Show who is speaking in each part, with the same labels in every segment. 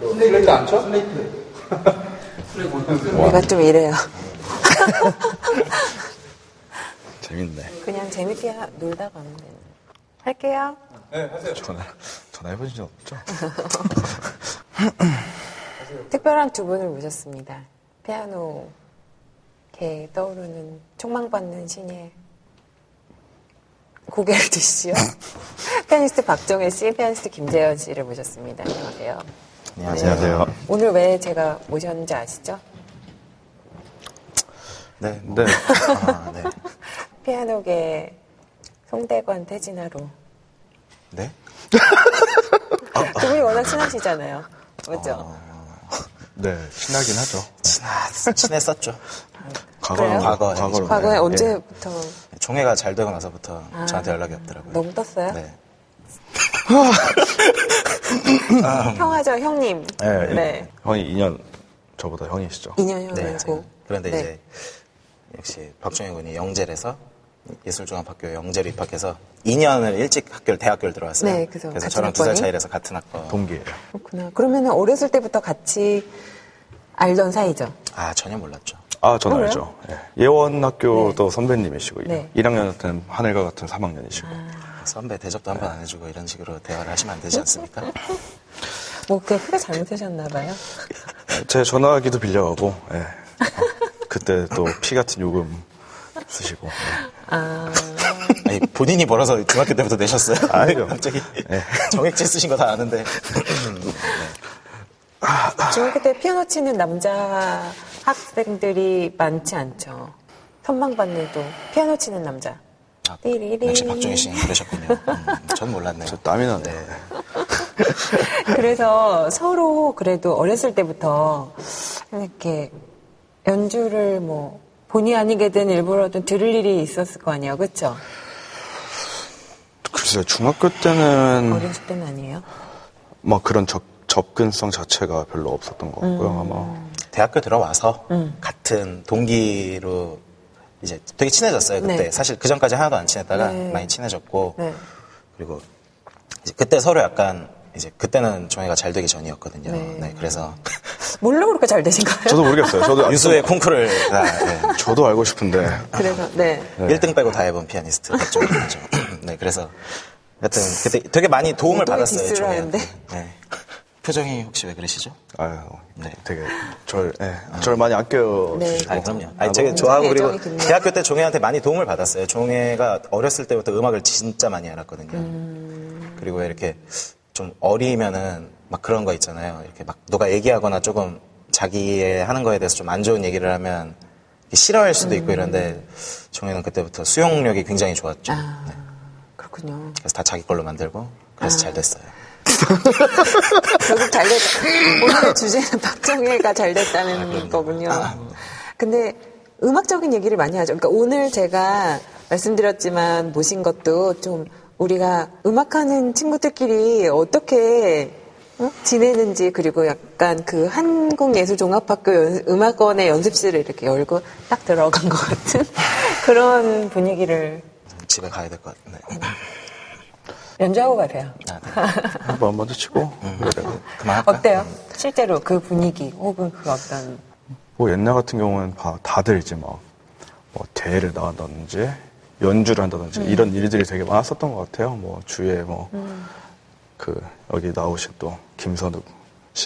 Speaker 1: 슬레이트 안 쳐? 슬레이트.
Speaker 2: 내가 좀 이래요.
Speaker 3: 재밌네.
Speaker 2: 그냥 재밌게 하- 놀다 가면 되는. 할게요.
Speaker 3: 전화 전화 해보신 적 없죠?
Speaker 2: 특별한 두 분을 모셨습니다. 피아노 개 떠오르는 촉망받는 신의 고개를 드시오. 피아니스트 박정혜 씨, 피아니스트 김재현 씨를 모셨습니다. 안녕하세요.
Speaker 4: 네.
Speaker 3: 안녕하세요.
Speaker 2: 오늘 왜 제가 모셨는지 아시죠?
Speaker 3: 네. 네. 아, 네.
Speaker 2: 피아노계 송대관 태진아로
Speaker 3: 네? 아.
Speaker 2: 두 분이 워낙 친하시잖아요. 맞죠?
Speaker 3: 네. 친하긴 하죠.
Speaker 4: 친하, 친했었죠. 예.
Speaker 3: 과거는
Speaker 2: 그래요?
Speaker 3: 과거 과거로.
Speaker 2: 과거에
Speaker 3: 네.
Speaker 2: 언제부터 아,
Speaker 4: 종혜가 잘 되고 나서부터 저한테 연락이 없더라고요.
Speaker 2: 너무 떴어요?
Speaker 4: 네.
Speaker 2: 형하죠, 형님.
Speaker 4: 예,
Speaker 3: 네. 네. 형이 2년 저보다 형이시죠.
Speaker 2: 2년
Speaker 4: 네.
Speaker 2: 형이고.
Speaker 4: 그런데
Speaker 2: 네.
Speaker 4: 이제 역시 박종혜 군이 영재에서 예술종합학교 영재로 입학해서 2년을 일찍 학교를 대학교를 들어왔어요.
Speaker 2: 네, 그래서 같은
Speaker 4: 저랑 두 살
Speaker 2: 학번이?
Speaker 4: 차이라서 같은 학번.
Speaker 3: 동기예요.
Speaker 2: 그렇구나. 그러면 어렸을 때부터 같이 알던 사이죠?
Speaker 4: 아 전혀 몰랐죠.
Speaker 3: 아, 전
Speaker 2: 어, 그래요?
Speaker 3: 알죠. 예. 원 학교도 선배님이시고
Speaker 2: 네.
Speaker 3: 1학년 때는 하늘과 같은 3학년이시고.
Speaker 4: 선배 대접도 한 번 안 해주고 이런 식으로 대화를 하시면 안 되지 않습니까?
Speaker 2: 뭐, 그게 크게 잘못하셨나봐요.
Speaker 3: 예, 제 전화기도 빌려가고. 예. 어, 그때 또 피 같은 요금 쓰시고. 예.
Speaker 2: 아,
Speaker 4: 아니 본인이 벌어서 중학교 때부터 내셨어요?
Speaker 3: 아니요.
Speaker 4: 갑자기
Speaker 3: 네.
Speaker 4: 정액제 쓰신 거 다 아는데
Speaker 2: 중학교 때 피아노 치는 남자 학생들이 많지 않죠. 선망받는 또, 피아노 치는 남자.
Speaker 4: 아,
Speaker 2: 띠리리.
Speaker 4: 역시 박종혜 씨는 그러셨군요. 음, 전 몰랐네요.
Speaker 3: 저 땀이 나네요. 예.
Speaker 2: 그래서 서로 그래도 어렸을 때부터 이렇게 연주를 뭐 본의 아니게든 일부러든 들을 일이 있었을 거 아니에요, 그렇죠?
Speaker 3: 글쎄요, 중학교 때는
Speaker 2: 어렸을 때는 아니에요.
Speaker 3: 막 그런 접, 접근성 자체가 별로 없었던 것 같고요, 아마.
Speaker 4: 대학교 들어와서
Speaker 2: 음.
Speaker 4: 같은 동기로 이제 되게 친해졌어요. 그때
Speaker 2: 네.
Speaker 4: 사실 그 전까지 하나도 안 친했다가
Speaker 2: 네.
Speaker 4: 많이 친해졌고
Speaker 2: 네.
Speaker 4: 그리고 이제 그때 서로 약간 이제 그때는 종혜가 잘 되기 전이었거든요.
Speaker 2: 네.
Speaker 4: 네, 그래서
Speaker 2: 뭘로 그렇게 잘 되신가요?
Speaker 3: 저도 모르겠어요. 저도, 예,
Speaker 4: 유수의 콩쿠르를 다 네.
Speaker 3: 저도 알고 싶은데.
Speaker 2: 그래서 네.
Speaker 4: 1등 빼고 다 해본 피아니스트 박종혜죠. 네, 그래서 하여튼 그때 되게 많이 도움을
Speaker 2: 어떻게
Speaker 4: 받았어요.
Speaker 2: 디스를
Speaker 4: 종혜한테.
Speaker 2: 하는데?
Speaker 4: 네. 표정이 혹시 왜 그러시죠?
Speaker 3: 아유,
Speaker 4: 네.
Speaker 3: 되게 절, 예, 절 많이 아껴주시고.
Speaker 2: 네,
Speaker 4: 아, 그럼요. 아니, 되게 좋아하고
Speaker 2: 굉장히
Speaker 4: 그리고
Speaker 2: 애정이 깊네요.
Speaker 4: 대학교 때 종혜한테 많이 도움을 받았어요. 종혜가 어렸을 때부터 음악을 진짜 많이 알았거든요.
Speaker 2: 음.
Speaker 4: 그리고 왜 이렇게 좀 어리면은 막 그런 거 있잖아요. 이렇게 막 누가 얘기하거나 조금 자기의 하는 거에 대해서 좀 안 좋은 얘기를 하면 이게 싫어할 수도
Speaker 2: 음.
Speaker 4: 있고 이런데 종혜는 그때부터 수용력이 굉장히 좋았죠.
Speaker 2: 아.
Speaker 4: 네.
Speaker 2: 그렇군요.
Speaker 4: 그래서 다 자기 걸로 만들고
Speaker 2: 아.
Speaker 4: 그래서 잘 됐어요.
Speaker 2: 결국 잘 됐다. 오늘 주제는 박정혜가 잘 됐다는 거군요. 근데 음악적인 얘기를 많이 하죠. 그러니까 오늘 제가 말씀드렸지만 모신 것도 좀 우리가 음악하는 친구들끼리 어떻게 어? 지내는지 그리고 약간 그 한국예술종합학교 연- 음악원의 연습실을 이렇게 열고 딱 들어간 것 같은 그런 분위기를
Speaker 4: 집에 가야 될 것 같은데. 네.
Speaker 2: 어.
Speaker 4: 아,
Speaker 2: 연주하고 가세요.
Speaker 3: 한번 먼저 치고.
Speaker 4: 음.
Speaker 3: 그래요.
Speaker 4: 그만할까요?
Speaker 2: 어때요? 실제로 그 분위기 혹은 그 어떤
Speaker 3: 뭐 옛날 같은 경우는 다, 다들 이제 막, 뭐 대회를 나간다든지, 연주를 한다든지,
Speaker 4: 음.
Speaker 3: 이런 일들이 되게 많았었던 것 같아요. 뭐 주위에 뭐, 그, 여기 나오신 또, 김선욱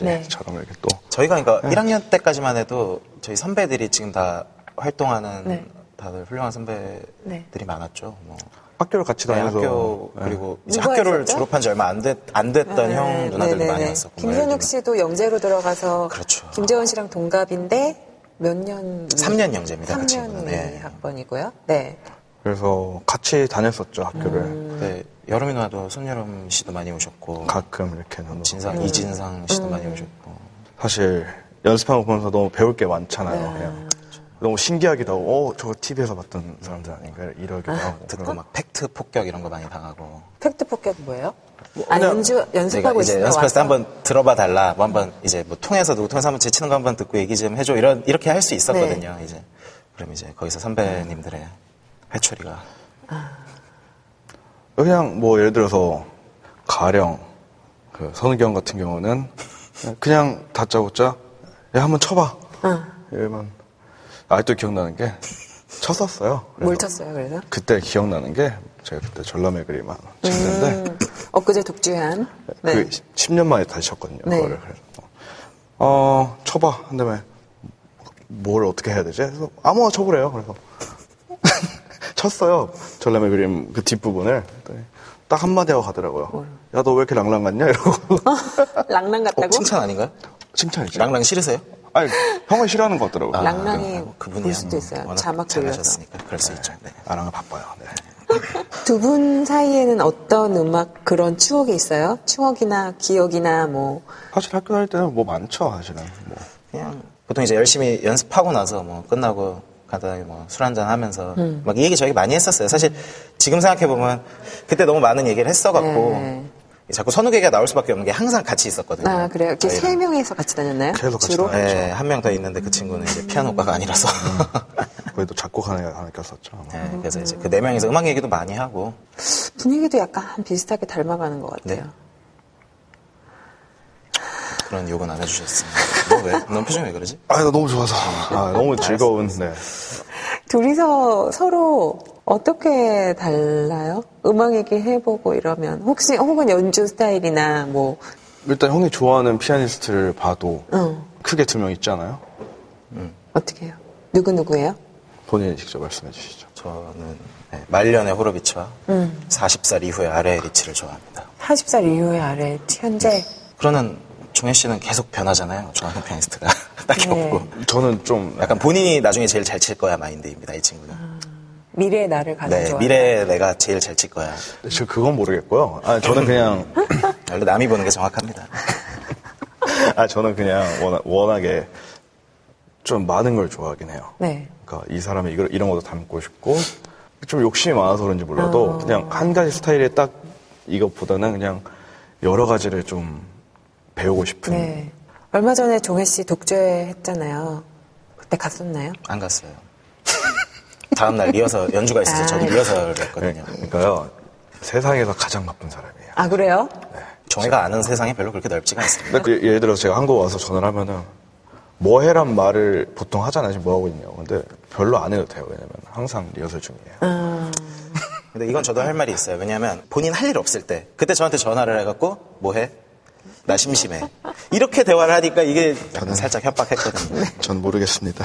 Speaker 2: 네.
Speaker 3: 씨처럼 이렇게 또,
Speaker 4: 저희가 그러니까 1학년 때까지만 해도 저희 선배들이 지금 다 활동하는
Speaker 2: 네.
Speaker 4: 다들 훌륭한 선배들이
Speaker 2: 네.
Speaker 4: 많았죠. 뭐
Speaker 3: 학교를 같이
Speaker 4: 네,
Speaker 3: 다녀서 예,
Speaker 4: 학교 그리고 이제
Speaker 2: 누가
Speaker 4: 학교를
Speaker 2: 있었죠?
Speaker 4: 졸업한 지 얼마 안, 됐, 안 됐던
Speaker 2: 네,
Speaker 4: 형 누나들도
Speaker 2: 네, 네,
Speaker 4: 많이
Speaker 2: 네.
Speaker 4: 왔었고 뭐 예를
Speaker 2: 김선욱
Speaker 4: 들면
Speaker 2: 씨도 영재로 들어가서
Speaker 4: 그렇죠.
Speaker 2: 김재원 씨랑 동갑인데 몇 년?
Speaker 4: 3년 영재입니다. 그
Speaker 2: 3년
Speaker 4: 친구는. 네.
Speaker 2: 학번이고요. 네.
Speaker 3: 그래서 같이 다녔었죠 학교를
Speaker 4: 네, 여름이 누나도 손여름 씨도 많이 오셨고 뭐
Speaker 3: 가끔 이렇게 나누고
Speaker 4: 진상
Speaker 2: 네.
Speaker 4: 이진상
Speaker 2: 음.
Speaker 4: 씨도 많이 오셨고
Speaker 3: 사실 연습하는 거 보면서 너무 배울 게 많잖아요
Speaker 4: 네,
Speaker 3: 그냥
Speaker 4: 그렇죠.
Speaker 3: 너무 신기하기도 하고 어 저거 TV에서 봤던 사람들 아닌가 이러기도 하고
Speaker 4: 듣고
Speaker 3: 그런-
Speaker 4: 막 팩트 폭격 이런 거 많이 당하고
Speaker 2: 팩트 폭격 뭐예요? 아,
Speaker 3: 그냥
Speaker 2: 연주, 연습하고
Speaker 4: 내가 이제
Speaker 2: 있으면
Speaker 4: 연습할
Speaker 2: 와서
Speaker 4: 때 한번 들어봐 달라. 뭐 한번 이제 뭐 통해서 누구 통해서 한번 제치는 거 한번 듣고 얘기 좀 해줘. 이런 이렇게 할 수 있었거든요.
Speaker 2: 네.
Speaker 4: 이제 그럼 이제 거기서 선배님들의 회초리가
Speaker 3: 그냥 뭐 예를 들어서 가령 그 선우경 같은 경우는 그냥 다짜고짜 야 한번 쳐봐. 이러면 아직도 기억나는 게 쳤었어요.
Speaker 2: 뭘
Speaker 3: 그래서
Speaker 2: 쳤어요, 그래서?
Speaker 3: 그때 기억나는 게 제가 그때 전람의 그림만
Speaker 2: 음.
Speaker 3: 쳤는데
Speaker 2: 엊그제 독주한. 네.
Speaker 3: 그 10년 만에 다시 쳤거든요.
Speaker 2: 네.
Speaker 3: 그거를 그래서 어 쳐봐 한 다음에 뭘 어떻게 해야 되지? 그래서 아무거나 뭐, 쳐보래요. 그래서 쳤어요. 전람의 그림 그 뒷부분을 그랬더니 딱 한마디 하고 가더라고요. 야 너 왜 이렇게 랑랑 같냐 이러고
Speaker 2: 랑랑
Speaker 4: 어,
Speaker 2: 같다고?
Speaker 4: 칭찬 아닌가요?
Speaker 3: 칭찬이죠.
Speaker 4: 랑랑 싫으세요?
Speaker 3: 아니 형은 싫어하는 것 같더라고요. 네.
Speaker 2: 랑랑이
Speaker 4: 뭐
Speaker 2: 볼
Speaker 4: 그분이야.
Speaker 2: 수도 있어요.
Speaker 4: 워낙
Speaker 2: 자막 돌려서.
Speaker 4: 잘하셨으니까 그럴 수 있죠. 네.
Speaker 3: 아랑은 바빠요. 네.
Speaker 2: 두 분 사이에는 어떤 음악 그런 추억이 있어요? 추억이나 기억이나 뭐
Speaker 3: 사실 학교 다닐 때는 뭐 많죠 사실은. 뭐.
Speaker 4: 그냥 보통 이제 열심히 연습하고 나서 뭐 끝나고 간단하게 뭐 술 한잔 하면서
Speaker 2: 음.
Speaker 4: 막 이 얘기 저 얘기 많이 했었어요. 사실 지금 생각해 보면 그때 너무 많은 얘기를 했어갖고
Speaker 2: 네.
Speaker 4: 자꾸 선우 계기가 나올 수밖에 없는 게 항상 같이 있었거든요.
Speaker 2: 아, 그래요. 이렇게
Speaker 4: 저희랑.
Speaker 2: 세 명이서 같이 다녔나요?
Speaker 3: 계속 같이
Speaker 2: 주로?
Speaker 3: 다녔어요.
Speaker 4: 네, 한 명 더 있는데 그 친구는 이제 피아노과가 아니라서.
Speaker 2: 음.
Speaker 3: 거기도 작곡하는 애가 하나 꼈었죠. 아마.
Speaker 4: 네, 그래서 이제 그 네 명이서 음악 얘기도 많이 하고.
Speaker 2: 분위기도 약간 비슷하게 닮아가는 것
Speaker 4: 네.
Speaker 2: 같아요.
Speaker 4: 그런 욕은 안 해주셨습니다. 너 왜? 넌 표정이 왜 그러지?
Speaker 3: 아, 나 너무 좋아서. 아, 너무 즐거운. 네.
Speaker 2: 둘이서 서로 어떻게 달라요? 음악 얘기 해보고 이러면 혹시 혹은 연주 스타일이나 뭐
Speaker 3: 일단 형이 좋아하는 피아니스트를 봐도
Speaker 2: 응.
Speaker 3: 크게 두 명 있잖아요.
Speaker 2: 어떻게 해요? 누구 누구예요?
Speaker 3: 본인이 직접 말씀해 주시죠.
Speaker 4: 저는 네, 말년의 호로비츠와
Speaker 2: 음.
Speaker 4: 40살 이후의 아레의 리치를 좋아합니다.
Speaker 2: 40살 이후에 아래 현재
Speaker 4: 그러는 종현 씨는 계속 변하잖아요. 좋아하는 피아니스트가 딱히
Speaker 2: 네.
Speaker 4: 없고.
Speaker 3: 저는 좀
Speaker 4: 약간 본인이 나중에 제일 잘 칠 거야 마인드입니다. 이 친구는.
Speaker 2: 아, 미래의 나를
Speaker 4: 네,
Speaker 2: 가져와.
Speaker 4: 미래에 내가 제일 잘 칠 거야.
Speaker 3: 저 그건 모르겠고요. 아, 저는 그냥
Speaker 4: 원래 남이 보는 게 정확합니다.
Speaker 3: 아, 저는 그냥 워낙, 에좀 많은 걸 좋아하긴 해요.
Speaker 2: 네.
Speaker 3: 그러니까 이 사람이 이걸 이런 것도 담고 싶고 좀 욕심이 많아서 그런지 몰라도 그냥 한 가지 스타일에 딱 이것보다는 그냥 여러 가지를 좀 배우고 싶은
Speaker 2: 네. 얼마 전에 종혜 씨 독주회 했잖아요. 그때 갔었나요?
Speaker 4: 안 갔어요. 다음 날 리허설 연주가 있어서 저도
Speaker 2: 아.
Speaker 4: 리허설을 했거든요.
Speaker 3: 네, 그러니까요. 세상에서 가장 바쁜 사람이에요.
Speaker 2: 아 그래요?
Speaker 4: 종혜가 아는 세상이 별로 그렇게 넓지가 않습니다.
Speaker 3: 근데 그 예를 들어서 제가 한국 와서 전화를 하면은 뭐 해란 말을 보통 하잖아요. 지금 뭐 하고 있냐고. 근데 별로 안 해도 돼요. 왜냐면 항상 리허설 중이에요.
Speaker 4: 근데 이건 저도 할 말이 있어요. 왜냐하면 본인 할 일 없을 때 그때 저한테 전화를 해갖고 뭐 해? 나 심심해. 이렇게 대화를 하니까 이게 저는 살짝 협박했거든요.
Speaker 3: 네.
Speaker 1: 전 모르겠습니다.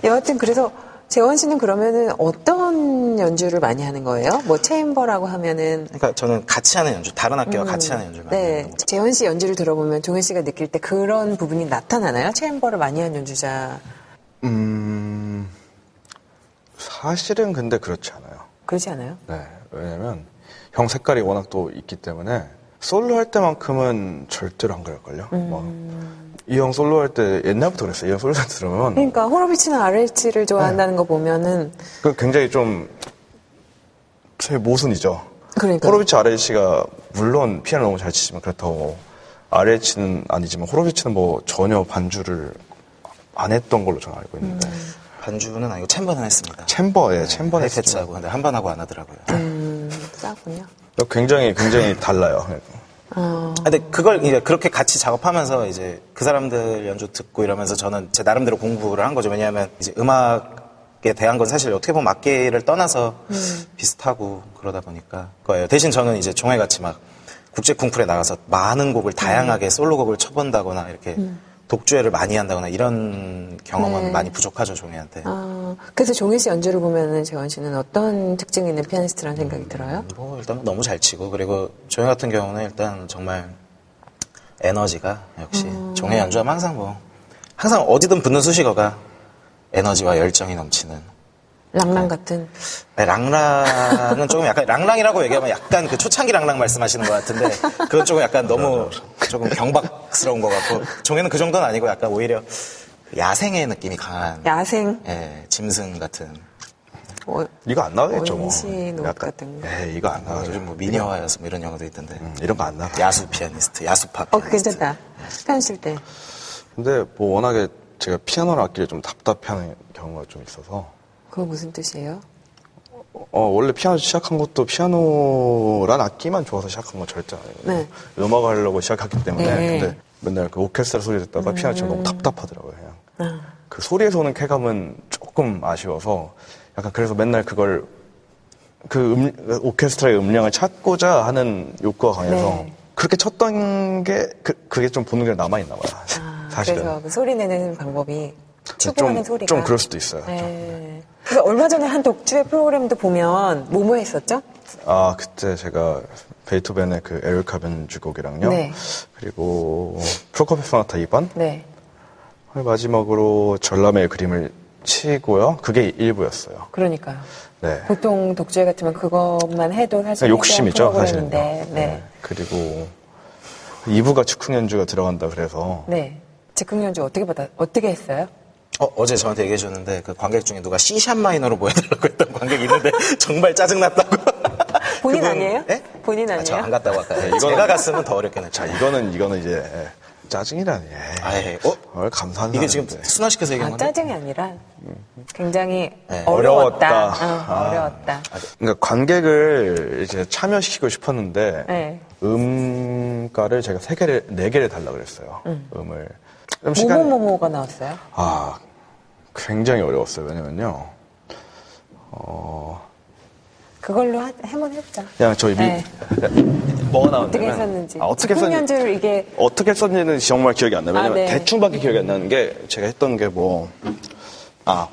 Speaker 4: 네.
Speaker 2: 여하튼 그래서 재원 씨는 그러면은 어떤 연주를 많이 하는 거예요? 뭐 체인버라고 하면은
Speaker 4: 그러니까 저는 같이 하는 연주, 다른 학교와 같이 하는 연주를 많이
Speaker 2: 네,
Speaker 4: 하는
Speaker 2: 재현 씨 연주를 들어보면 종현 씨가 느낄 때 그런 부분이 나타나나요? 체인버를 많이 한 연주자
Speaker 3: 음, 사실은 근데 그렇지 않아요.
Speaker 2: 그러지 않아요?
Speaker 3: 네. 왜냐면 형 색깔이 워낙 또 있기 때문에 솔로 할 때만큼은 절대로 안 그럴걸요. 뭐,
Speaker 1: 음.
Speaker 3: 이 형 솔로 할 때 옛날부터 그랬어요. 이 형 솔로 할 때 들으면
Speaker 2: 그러니까 호로비치나 RH를 좋아한다는 거 보면은
Speaker 3: 그 굉장히 좀, 제 모순이죠.
Speaker 2: 그러니까요.
Speaker 3: 호로비치 RH가, 물론 피아노 너무 잘 치지만 그렇다고, RH는 아니지만, 호로비치는 뭐 전혀 반주를 안 했던 걸로 저는 알고 있는데,
Speaker 2: 음.
Speaker 4: 반주는 아니고 챔버는 했습니다. 네,
Speaker 3: 챔버에, 챔버에
Speaker 4: 패치하고 근데 한 번 하고 안 하더라고요.
Speaker 2: 음, 싸군요.
Speaker 3: 그렇죠.
Speaker 2: 어,
Speaker 3: 굉장히, 굉장히 달라요.
Speaker 4: 아, 근데 그걸 이제 그렇게 같이 작업하면서 이제 그 사람들 연주 듣고 이러면서 저는 제 나름대로 공부를 한 거죠. 왜냐하면 이제 음악에 대한 건 사실 어떻게 보면 악기를 떠나서 비슷하고 그러다 보니까 거예요. 대신 저는 이제 종해 같이 막 국제 콩쿨에 나가서 많은 곡을 다양하게 솔로곡을 쳐본다거나 이렇게 독주회를 많이 한다거나 이런 경험은
Speaker 2: 네.
Speaker 4: 많이 부족하죠 종해한테.
Speaker 2: 아, 그래서 종현 씨 연주를 보면은 재원 씨는 어떤 특징이 있는 피아니스트라는 생각이 들어요?
Speaker 4: 뭐 일단 너무 잘 치고 그리고 종해 같은 경우는 일단 정말 에너지가 역시
Speaker 2: 음.
Speaker 4: 종해 연주하면 항상 뭐 항상 어디든 붙는 수식어가 에너지와 열정이 넘치는
Speaker 2: 랑랑 같은.
Speaker 4: 아니, 랑랑은 조금 약간 랑랑이라고 얘기하면 약간 그 초창기 랑랑 말씀하시는 것 같은데 그건 조금 약간 너무 조금 경박스러운 것 같고 종해는 그 정도는 아니고 약간 오히려 야생의 느낌이 강한
Speaker 2: 야생,
Speaker 4: 예, 짐승 같은
Speaker 2: 어,
Speaker 3: 이거 안 나가겠죠, 뭐.
Speaker 2: 원시 녹 같은 거.
Speaker 3: 에 이거 안
Speaker 4: 아,
Speaker 3: 나가죠.
Speaker 4: 요즘 뭐 미녀와 여수 뭐 이런 영화도 있던데
Speaker 3: 음, 이런 거 안 나가.
Speaker 4: 야수 피아니스트 야수파
Speaker 2: 어,
Speaker 4: 피아니스트
Speaker 2: 그거 괜찮다. 피아노 칠 때.
Speaker 3: 근데 뭐 워낙에 제가 피아노를 악기를 좀 답답해하는 경우가 좀 있어서,
Speaker 2: 그거 무슨 뜻이에요?
Speaker 3: 어, 원래 피아노 시작한 것도 피아노란 악기만 좋아서 시작한 건 절대 아니에요.
Speaker 2: 네.
Speaker 3: 음악 하려고 시작했기 때문에.
Speaker 2: 네. 음.
Speaker 3: 근데 맨날 그 오케스트라 소리 듣다가 피아노 치면 너무 답답하더라고요, 그냥.
Speaker 2: 어.
Speaker 3: 그 소리에서 오는 쾌감은 조금 아쉬워서 약간 그래서 맨날 그걸 그 음, 오케스트라의 음량을 찾고자 하는 욕구가 강해서
Speaker 2: 네.
Speaker 3: 그렇게 쳤던 게 그, 그게 좀 보는 게 남아있나 봐요.
Speaker 2: 아,
Speaker 3: 사실은.
Speaker 2: 그래서 그 소리 내는 방법이 추구하는
Speaker 3: 좀,
Speaker 2: 소리가.
Speaker 3: 좀 그럴 수도 있어요. 좀.
Speaker 2: 네. 그래서 얼마 전에 한 독주의 프로그램도 보면 뭐뭐 했었죠?
Speaker 3: 아 그때 제가 베이토벤의 그 에르카 변주곡이랑요.
Speaker 2: 네.
Speaker 3: 그리고 프로코피프 소나타 2번 그
Speaker 2: 네.
Speaker 3: 마지막으로 전람회의 그림을 치고요. 그게 일부였어요.
Speaker 2: 그러니까요.
Speaker 3: 네.
Speaker 2: 보통 독주회 같으면 그것만 해도 사실
Speaker 3: 그냥 욕심이죠
Speaker 2: 위대한
Speaker 3: 사실은요.
Speaker 2: 프로그램인데, 네.
Speaker 3: 그리고 2부가 즉흥 연주가 들어간다 그래서
Speaker 2: 네. 즉흥 연주 어떻게 받아 어떻게 했어요?
Speaker 4: 어, 제 저한테 얘기해 줬는데 그 관객 중에 누가 C샵 마이너로 보여달라고 했던 관객이 있는데 정말 짜증났다고.
Speaker 2: 본인
Speaker 4: 그분-
Speaker 2: 아니에요?
Speaker 4: 예?
Speaker 2: 본인
Speaker 4: 아, 저 안
Speaker 2: 아니에요?
Speaker 4: 갔다고 아까. 요 제가 갔으면 더 어렵겠네요.
Speaker 3: 자 이거는 이거는 이제 예, 짜증이라니.
Speaker 4: 아, 예. 어?
Speaker 3: 뭘 감사한
Speaker 4: 이게 지금
Speaker 3: 사람인데.
Speaker 4: 순환시켜서 얘기한
Speaker 2: 아,
Speaker 4: 건데.
Speaker 2: 짜증이 아니라 굉장히
Speaker 4: 네,
Speaker 2: 어려웠다.
Speaker 3: 음. 어려웠다. 아.
Speaker 2: 어, 어려웠다.
Speaker 3: 그러니까 관객을 이제 참여시키고 싶었는데
Speaker 2: 네.
Speaker 3: 음가를 제가 세 개를 네 개를 달라 그랬어요. 음. 을 그럼
Speaker 2: 모모모모가 나왔어요?
Speaker 3: 아 굉장히 어려웠어요. 왜냐면요. 어
Speaker 2: 그걸로 하- 한번 해보자.
Speaker 3: 그냥 저희 미,
Speaker 2: 네.
Speaker 3: 뭐가 나왔냐면
Speaker 2: 어떻게 썼는지.
Speaker 3: 아, 어떻게
Speaker 2: 즉흥
Speaker 3: 썼는지
Speaker 2: 연주를 이게
Speaker 3: 어떻게 썼는지는 정말 기억이 안 나요. 왜냐면
Speaker 2: 아, 네.
Speaker 3: 대충밖에 기억이 안 나는 게 제가 했던 게 뭐, 아.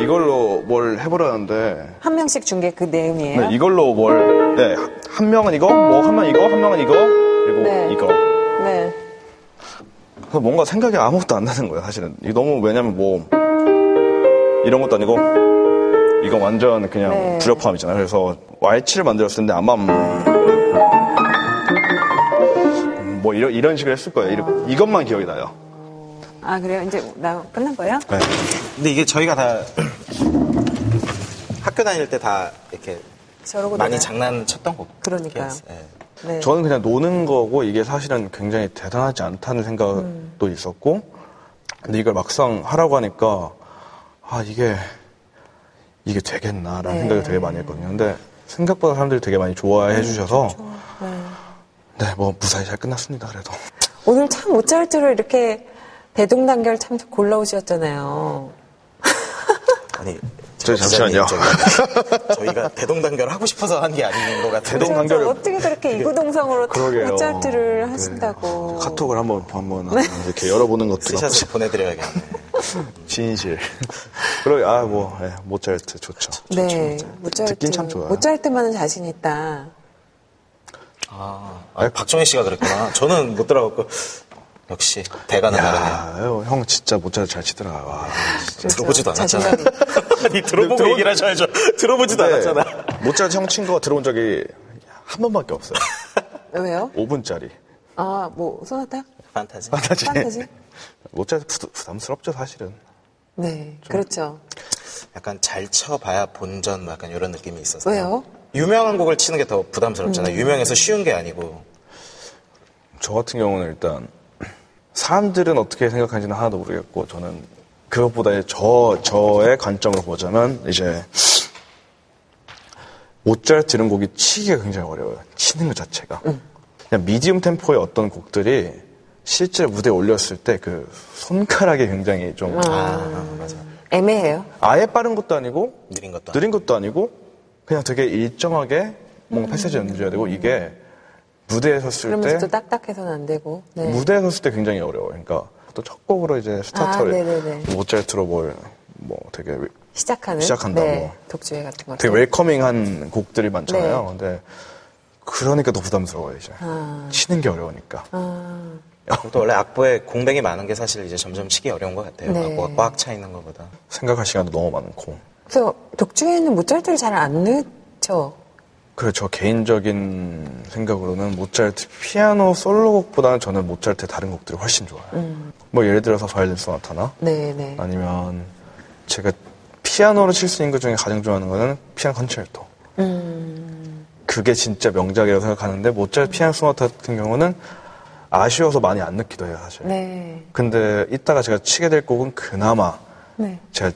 Speaker 3: 이걸로 뭘 해보라는데,
Speaker 2: 한 명씩 준 게 그 내음이에요?
Speaker 3: 네, 이걸로 뭘, 네, 한 명은 이거, 뭐, 한 명은 이거, 한 명은 이거, 그리고
Speaker 2: 네.
Speaker 3: 이거.
Speaker 2: 네.
Speaker 3: 그래서 뭔가 생각이 아무것도 안 나는 거예요, 사실은. 이게 너무, 왜냐면 뭐, 이런 것도 아니고, 이거 완전 그냥
Speaker 2: 네.
Speaker 3: 불협화음이잖아요. 그래서 왈츠를 만들었을 텐데 아마 음, 뭐 이런, 이런 식으로 했을 거예요. 이것만 기억이 나요.
Speaker 2: 아, 그래요? 이제 나 끝난 거예요?
Speaker 3: 네.
Speaker 4: 근데 이게 저희가 다 학교 다닐 때 다 이렇게
Speaker 2: 저러고
Speaker 4: 많이
Speaker 2: 놀아요.
Speaker 4: 장난쳤던 예. 거.
Speaker 2: 어, 네. 그러니까요. 네.
Speaker 3: 저는 그냥 노는 거고 이게 사실은 굉장히 대단하지 않다는 생각도
Speaker 2: 음.
Speaker 3: 있었고 근데 이걸 막상 하라고 하니까 아 이게 이게 되겠나라는
Speaker 2: 네.
Speaker 3: 생각을 되게 많이 했거든요. 근데 생각보다 사람들이 되게 많이
Speaker 2: 음,
Speaker 3: 좋아해 주셔서 네, 뭐 무사히 잘 끝났습니다. 그래도
Speaker 2: 오늘 참 모차르트를 이렇게 대동단결 참 골라오셨잖아요.
Speaker 4: 아니.
Speaker 3: 저희 잠시만요.
Speaker 4: 저희가- 저희가 대동단결 하고 싶어서 한 게 아닌 것 같아요.
Speaker 3: 대동- 대동단결을- 네.
Speaker 2: 어떻게 저렇게 이구동성으로 참
Speaker 3: 그러게요.
Speaker 2: 모차르트를
Speaker 3: 네.
Speaker 2: 하신다고. 네.
Speaker 3: 카톡을 한번 한번 이렇게 열어보는 것도 나쁘지
Speaker 4: 스샷을 보내드려야겠네.
Speaker 3: 진실. 그리고 아 뭐 모차르트 좋죠.
Speaker 2: 네, 모차르트.
Speaker 3: 듣긴 참 좋아요.
Speaker 2: 모차르트만은 자신 있다.
Speaker 4: 아, 아, 박종희 씨가 그랬구나. 저는 못 들어갔고. 역시, 대가는 다르네요.
Speaker 3: 아유 형 진짜 모차르트 잘 치더라. 와.
Speaker 4: 들어보지도
Speaker 2: 그렇죠.
Speaker 4: 않았잖아. 아니, 들어보고
Speaker 3: 들어본-
Speaker 4: 얘기를 하셔야죠. 들어보지도 않았잖아.
Speaker 3: 근데 네. 모차르트 형 친구가 들어온 적이 한 번밖에 없어요.
Speaker 2: 왜요?
Speaker 3: 5분짜리.
Speaker 2: 아, 뭐, 소나타?
Speaker 3: 네.
Speaker 4: 판타지.
Speaker 2: 판타지?
Speaker 3: 모차르트 부드- 부담스럽죠 사실은.
Speaker 2: 네, 그렇죠.
Speaker 4: 약간 잘 쳐봐야 본전, 뭐 약간 이런 느낌이 있어서.
Speaker 2: 왜요? 음.
Speaker 4: 유명한 곡을 치는 게 더 부담스럽잖아요. 유명해서 쉬운 게 아니고.
Speaker 3: 저 같은 경우는 일단 사람들은 어떻게 생각하는지는 하나도 모르겠고 저는 그것보다 저 저의 관점으로 보자면 이제 모차르트 이런 곡이 치기가 굉장히 어려워요. 치는 것 자체가 그냥 미디움 템포의 어떤 곡들이 실제 무대에 올렸을 때 그 손가락이 굉장히 좀
Speaker 4: 아, 맞아.
Speaker 2: 애매해요.
Speaker 3: 아예 빠른 것도 아니고
Speaker 4: 느린 것도.
Speaker 3: 느린 것도 아니고 그냥 되게 일정하게 뭔가 패세지 연주해야 되고 이게 무대에 섰을
Speaker 2: 그러면서
Speaker 3: 때
Speaker 2: 또 딱딱해서는 안 되고. 네.
Speaker 3: 무대에 섰을 때 굉장히 어려워요. 그러니까 또 첫 곡으로 이제
Speaker 2: 아,
Speaker 3: 스타터를
Speaker 2: 네네네.
Speaker 3: 모차르트로 뭘 뭐 되게 웨-
Speaker 2: 시작하는.
Speaker 3: 시작한다고.
Speaker 2: 네, 독주회 같은 거.
Speaker 3: 되게 웰커밍한 곡들이 많잖아요.
Speaker 2: 네.
Speaker 3: 근데 그러니까 더 부담스러워요 이제
Speaker 2: 아.
Speaker 3: 치는 게 어려우니까.
Speaker 2: 아,
Speaker 4: 또 원래 악보에 공백이 많은 게 사실 이제 점점 치기 어려운 것 같아요.
Speaker 2: 네.
Speaker 4: 악보가 꽉 차 있는 것보다.
Speaker 3: 생각할 시간도 너무 많고.
Speaker 2: 그래서 독주회는 모차르트를 잘 안 넣죠.
Speaker 3: 그래 저 개인적인 그렇죠. 생각으로는 모차르트 피아노 솔로곡보다는 저는 모차르트의 다른 곡들이 훨씬 좋아요.
Speaker 2: 음.
Speaker 3: 뭐 예를 들어서 바이올린 소나타나
Speaker 2: 네, 네.
Speaker 3: 아니면 제가 피아노로 칠 수 있는 것 중에 가장 좋아하는 거는 피아노 컨체르토.
Speaker 2: 음.
Speaker 3: 그게 진짜 명작이라고 생각하는데 모차르트 피아노 소나타 같은 경우는 아쉬워서 많이 안 느끼도 해요 사실.
Speaker 2: 네.
Speaker 3: 근데 이따가 제가 치게 될 곡은 그나마
Speaker 2: 네.
Speaker 3: 제가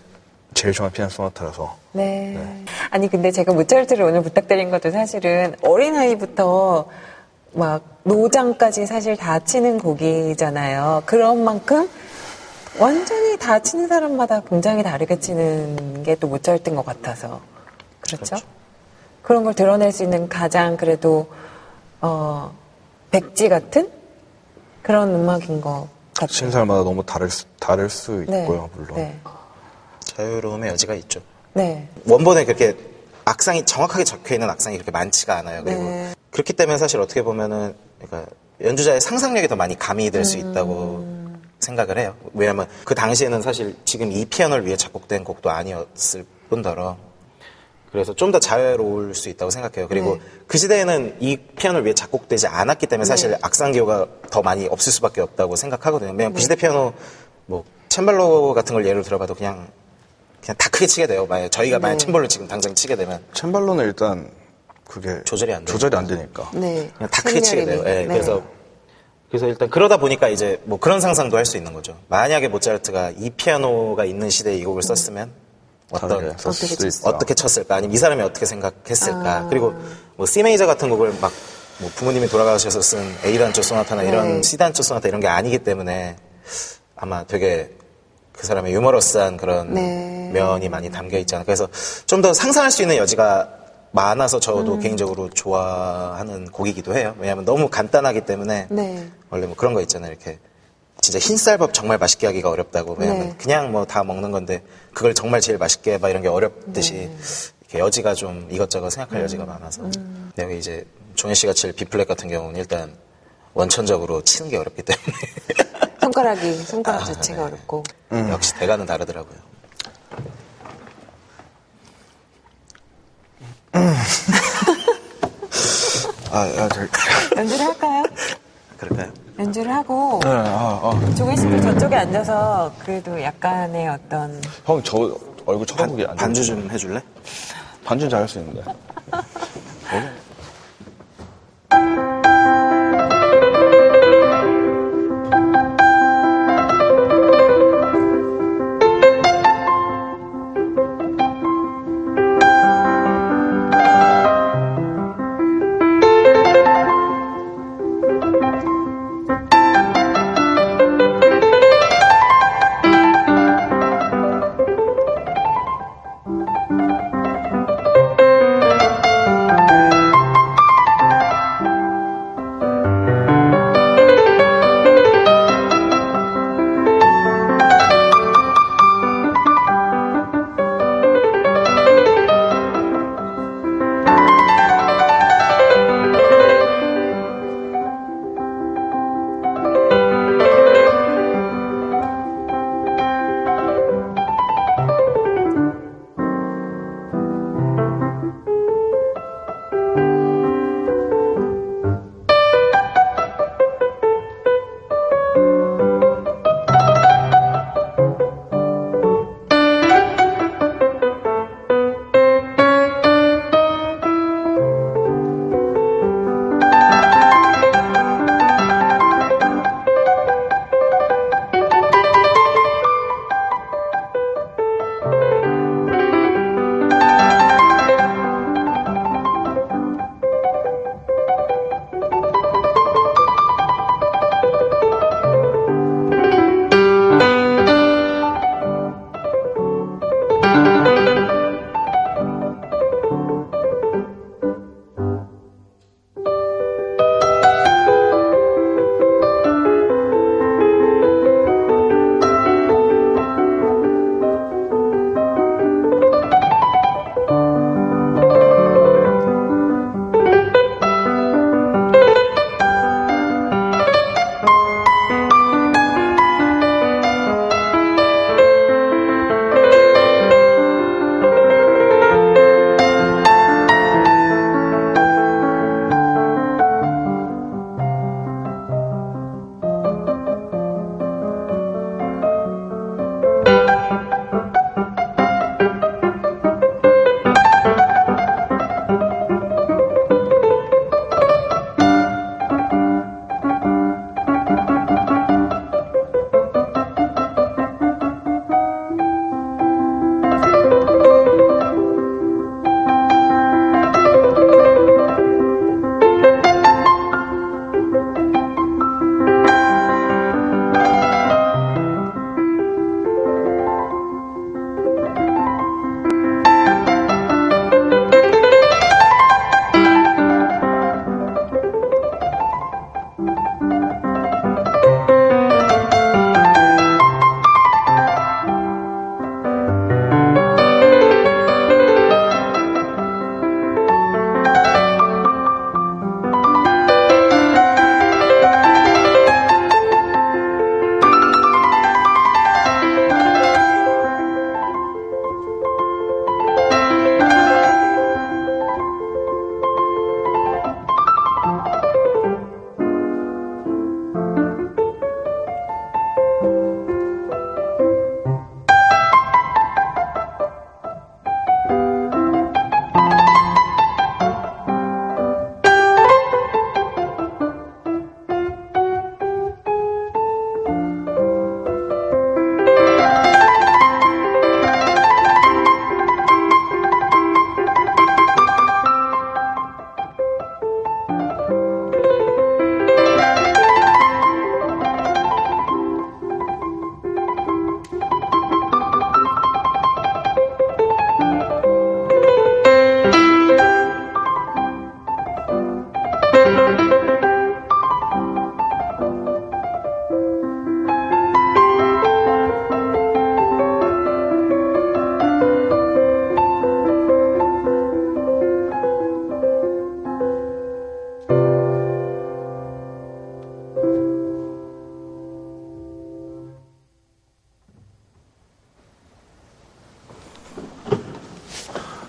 Speaker 3: 제일 좋아하는 피아노 소나타라서
Speaker 2: 네. 아니 근데 제가 모차르트를 오늘 부탁드린 것도 사실은 어린 아이부터 막 노장까지 사실 다 치는 곡이잖아요. 그런 만큼 완전히 다 치는 사람마다 굉장히 다르게 치는 게 또 모차르트인 것 같아서 그렇죠? 그런걸 드러낼 수 있는 가장 그래도 어 백지 같은 그런 음악인 것 같아요.
Speaker 3: 치는 사람마다 너무 다를 수, 다를 수 있고요, 물론.
Speaker 2: 네.
Speaker 4: 자유로움의 여지가 있죠.
Speaker 2: 네.
Speaker 4: 원본에 그렇게 악상이 정확하게 적혀 있는 악상이 그렇게 많지가 않아요. 그리고
Speaker 2: 네.
Speaker 4: 그렇기 때문에 사실 어떻게 보면은 그러니까 연주자의 상상력이 더 많이 가미될 수 있다고
Speaker 2: 음.
Speaker 4: 생각을 해요. 왜냐하면 그 당시에는 사실 지금 이 피아노를 위해 작곡된 곡도 아니었을 뿐더러 그래서 좀 더 자유로울 수 있다고 생각해요. 그리고
Speaker 2: 네.
Speaker 4: 그 시대에는 이 피아노를 위해 작곡되지 않았기 때문에 사실 악상 기호가 더 많이 없을 수밖에 없다고 생각하거든요.
Speaker 2: 네.
Speaker 4: 왜냐면 그 시대 피아노 뭐 챔발로 같은 걸 예를 들어봐도 그냥 그냥 다 크게 치게 돼요. 만약 저희가 만약 챔발로 지금 당장 치게 되면
Speaker 3: 챔발로는 일단 그게
Speaker 4: 조절이 안 돼요.
Speaker 3: 조절이 안 되니까.
Speaker 2: 네.
Speaker 4: 그냥 다 크게 치게 돼요.
Speaker 2: 생명이네.
Speaker 4: 예, 그래서 그래서 일단 그러다 보니까 이제 뭐 그런 상상도 할 수 있는 거죠. 만약에 모차르트가 이 피아노가 있는 시대에 이 곡을 썼으면
Speaker 3: 다르게
Speaker 4: 어떤
Speaker 3: 썼을
Speaker 2: 어떻게
Speaker 3: 수도 있다.
Speaker 4: 어떻게 쳤을까 아니면 이 사람이 어떻게 생각했을까
Speaker 2: 아.
Speaker 4: 그리고 뭐 C 메이저 같은 곡을 막 뭐 부모님이 돌아가셔서 쓴 A 단조 소나타나
Speaker 2: 네.
Speaker 4: 이런 C 단조 소나타 이런 게 아니기 때문에 아마 되게 그 사람의 유머러스한 그런
Speaker 2: 네.
Speaker 4: 면이 많이 담겨 있잖아요. 그래서 좀 더 상상할 수 있는 여지가 많아서 저도
Speaker 2: 음.
Speaker 4: 개인적으로 좋아하는 곡이기도 해요. 왜냐하면 너무 간단하기 때문에
Speaker 2: 네.
Speaker 4: 원래 뭐 그런 거 있잖아요. 이렇게 진짜 흰쌀밥 정말 맛있게 하기가 어렵다고. 왜냐면
Speaker 2: 네.
Speaker 4: 그냥 뭐 다 먹는 건데 그걸 정말 제일 맛있게 해봐 이런 게 어렵듯이 이렇게 여지가 좀 이것저것 생각할 여지가 많아서. 근데 여기 이제 종현 씨가 칠 B플랫 같은 경우는 일단 원천적으로 치는 게 어렵기 때문에
Speaker 2: 손가락이
Speaker 4: 아,
Speaker 2: 손가락
Speaker 4: 네.
Speaker 2: 자체가 어렵고
Speaker 4: 역시 대가는 다르더라고요.
Speaker 3: 아, 아, 저,
Speaker 2: 연주를 할까요?
Speaker 4: 그럴까요?
Speaker 2: 연주를 하고
Speaker 3: 네, 아, 아.
Speaker 2: 조근 씨도 저쪽에 앉아서 그래도 약간의 어떤
Speaker 3: 형, 저 얼굴 쳐다보기 안
Speaker 4: 반주
Speaker 3: 좋은데.
Speaker 4: 좀 해줄래?
Speaker 3: 반주 잘할 수 있는데.
Speaker 1: Thank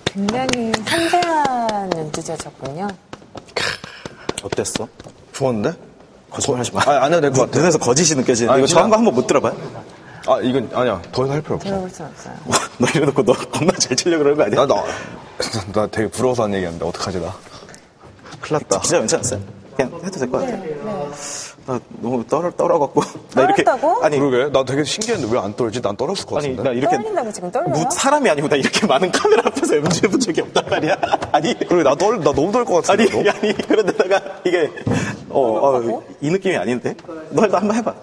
Speaker 2: 굉장히 상세한 연주자셨군요.
Speaker 4: 어땠어?
Speaker 3: 좋은데?
Speaker 4: 거짓말하지 마.
Speaker 3: 아니, 안 해도 될것
Speaker 4: 눈-
Speaker 3: 같아요.
Speaker 4: 눈에서 거짓이 느껴지는데
Speaker 3: 아니,
Speaker 4: 이거
Speaker 3: 진짜.
Speaker 4: 처음 한번 못 들어봐요?
Speaker 3: 아 이건 아니야 더 이상 할 필요 없어.
Speaker 2: 들어볼 수 없어요.
Speaker 4: 너 이래놓고 너 겁나 잘 치려고 그러는 거 아니야?
Speaker 3: 나 나 나 되게 부러워서 하는 얘기하는데 어떡하지 나? 큰일 났다.
Speaker 4: 아, 진짜 괜찮았어요? 그냥 해도 될 것 같아요. 나 너무 떨어 떨어갖고 나 이렇게
Speaker 2: 떨었다고?
Speaker 4: 아니
Speaker 3: 그러게 나 되게 신기했는데 왜 안 떨지? 난 떨었을 것
Speaker 4: 아니
Speaker 3: 같은데.
Speaker 4: 나 이렇게
Speaker 2: 떨린다고 지금 떨려요?
Speaker 4: 무- 사람이 아니고 나 이렇게 많은 카메라 앞에서 MG 해본 적이 없단 말이야. 아니
Speaker 3: 그러게 나 떨 나 너무 떨 것
Speaker 4: 아니
Speaker 3: 같은데. 너?
Speaker 4: 아니 그런데다가 이게 어이 느낌이 아닌데 너 일단 한번 해봐.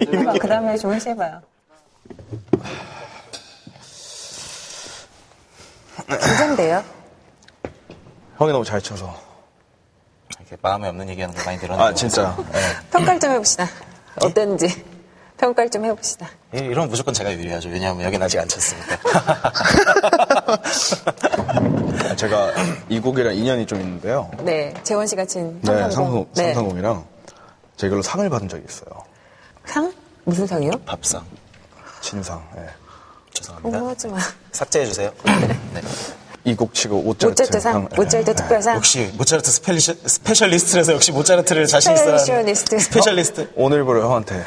Speaker 4: 이 느낌.
Speaker 2: 그 다음에 조은 씨 해봐요. 긴장돼요?
Speaker 3: 형이 너무 잘 쳐서.
Speaker 4: 이렇게 마음에 없는 얘기하는 거 많이 늘어나.
Speaker 3: 아 진짜.
Speaker 2: 평가를 좀 해봅시다. 어떤지. 평가를 좀 해봅시다.
Speaker 4: 이런 무조건 제가 유리하죠. 왜냐하면 여긴 아직 안 쳤으니까. 아,
Speaker 3: 제가 이 곡이랑 인연이 좀 있는데요.
Speaker 2: 네. 재원 씨가 친
Speaker 3: 네,
Speaker 2: 삼성공.
Speaker 3: 상상, 상상공이랑 제가 이걸로 상을 받은 적이 있어요.
Speaker 2: 상? 무슨 상이요?
Speaker 4: 밥상
Speaker 3: 진상. 예.
Speaker 4: 죄송합니다.
Speaker 2: 어, 궁금하지 마.
Speaker 4: 삭제해 주세요. 어. 네.
Speaker 3: 이곡 치고
Speaker 2: 모짜르트
Speaker 3: 오짜르트
Speaker 2: 상,
Speaker 3: 예,
Speaker 2: 모짜르트
Speaker 3: 예.
Speaker 2: 특별상.
Speaker 4: 역시 모차르트 스펠리시, 스페셜리스트라서 역시 모차르트를 자신 있어. 하는
Speaker 2: 스페셜리스트.
Speaker 4: 스페셜리스트.
Speaker 3: 오늘부로 형한테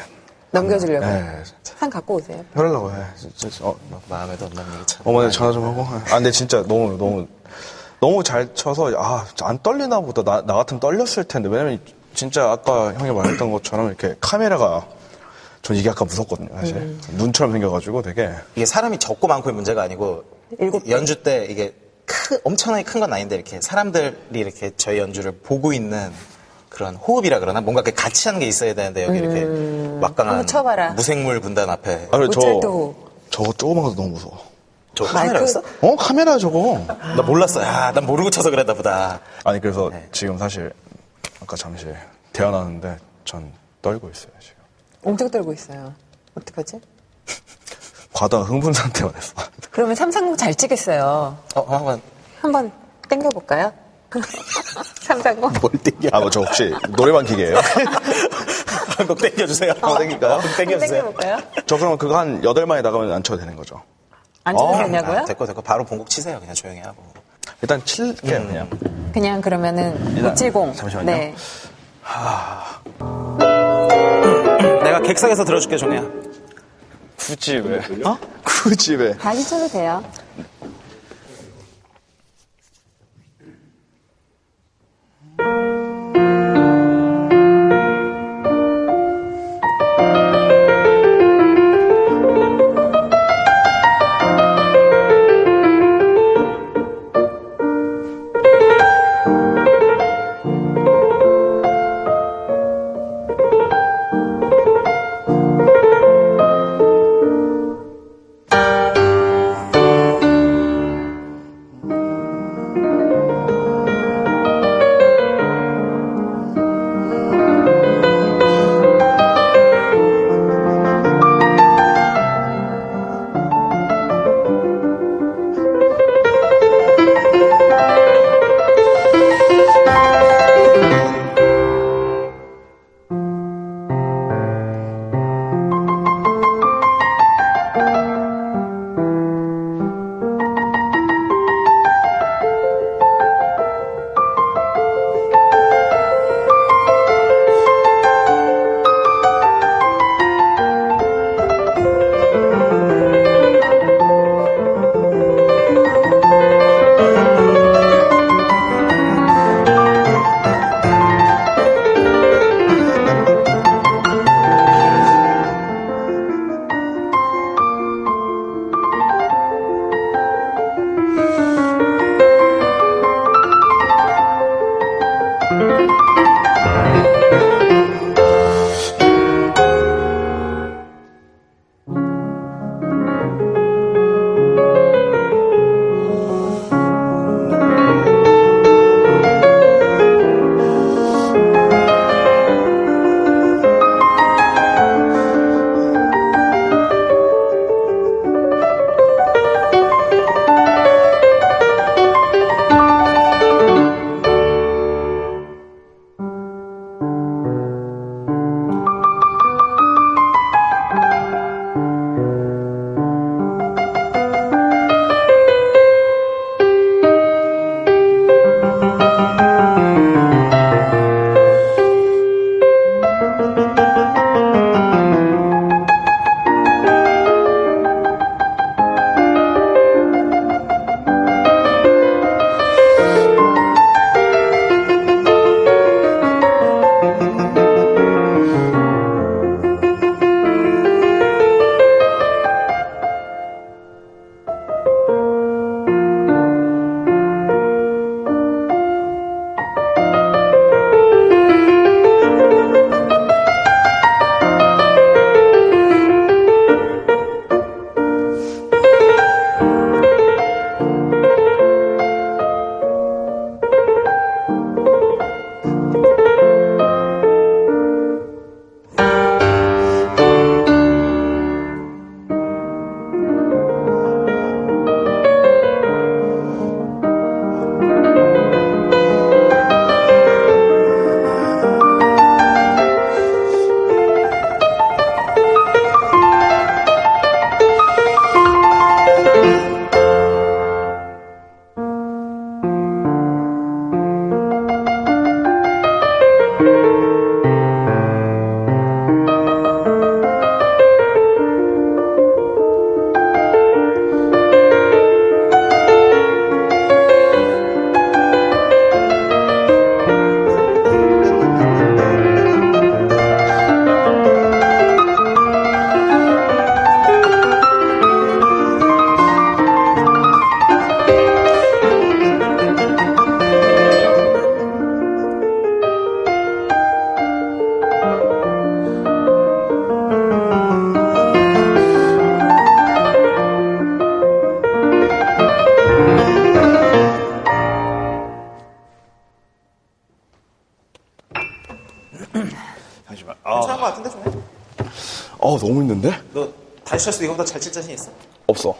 Speaker 2: 넘겨주려고.
Speaker 4: 네.
Speaker 3: 예,
Speaker 2: 상 갖고 오세요.
Speaker 3: 해달라고 해. 진짜, 진짜, 어, 막
Speaker 4: 마음에도 없는 얘기 참.
Speaker 3: 어머니 전화 좀 하고. 아, 근데 진짜 너무, 너무, 너무 잘 쳐서, 아, 안 떨리나 보다. 나, 나 같으면 떨렸을 텐데. 왜냐면 진짜 아까 형이 말했던 것처럼 이렇게 카메라가, 전 이게 아까 무섭거든요, 사실.
Speaker 2: 음.
Speaker 3: 눈처럼 생겨가지고 되게. 아,
Speaker 4: 이게 사람이 적고 많고의 문제가 아니고
Speaker 2: 일곱 개.
Speaker 4: 연주 때 이게 크- 엄청나게 큰 건 아닌데 이렇게 사람들이 이렇게 저희 연주를 보고 있는 그런 호흡이라 그러나 뭔가 그 같이 하는 게 있어야 되는데 여기 이렇게 막강한
Speaker 2: 음. 한번 쳐봐라.
Speaker 4: 무생물 군단 앞에 어,
Speaker 3: 아, 그리고
Speaker 2: 모차르트.
Speaker 3: 저, 저거 조그만 것도 너무 무서워.
Speaker 4: 저
Speaker 2: 아, 그
Speaker 4: 카메라였어?
Speaker 3: 어? 카메라 저거.
Speaker 4: 나 몰랐어. 야, 난 모르고 쳐서 그랬나 보다.
Speaker 3: 아니, 그래서 지금 사실, 아까 잠시 대화 나는데, 전 떨고 있어요, 지금.
Speaker 2: 엄청 떨고 있어요. 어떡하지?
Speaker 3: 과다 흥분 상태가 됐어.
Speaker 2: 그러면 삼상공 잘 치겠어요.
Speaker 4: 어, 한번
Speaker 2: 한번 땡겨볼까요? 삼상공?
Speaker 4: 뭘 땡겨?
Speaker 3: 아, 뭐, 저 혹시 노래방 기계예요?
Speaker 4: 한곡 땡겨주세요.
Speaker 3: 한번 땡길까요?
Speaker 4: 한곡 땡겨주세요.
Speaker 2: 아, 땡겨볼까요?
Speaker 3: 저 그러면 그거 한 8마리 나가면 안 쳐도 되는 거죠?
Speaker 2: 안 쳐도
Speaker 4: 어,
Speaker 2: 되냐고요?
Speaker 4: 아, 됐고 됐고 바로 본곡 치세요. 그냥 조용히 하고.
Speaker 3: 일단
Speaker 4: 네.
Speaker 3: 칠게요, 그냥.
Speaker 2: 그냥 그러면은 570.
Speaker 3: 잠시만요.
Speaker 2: 네.
Speaker 4: 내가 객상에서 들어줄게 종이야.
Speaker 3: 굳이 왜? 어? 굳이 왜?
Speaker 2: 다시 쳐도 돼요.
Speaker 1: 아
Speaker 3: 잠시만.
Speaker 4: 괜찮은 것 같은데, 종혜?
Speaker 3: 어, 너무 힘든데?
Speaker 4: 너 다시 쳤을 때 이거보다 잘 칠 자신 있어?
Speaker 3: 없어.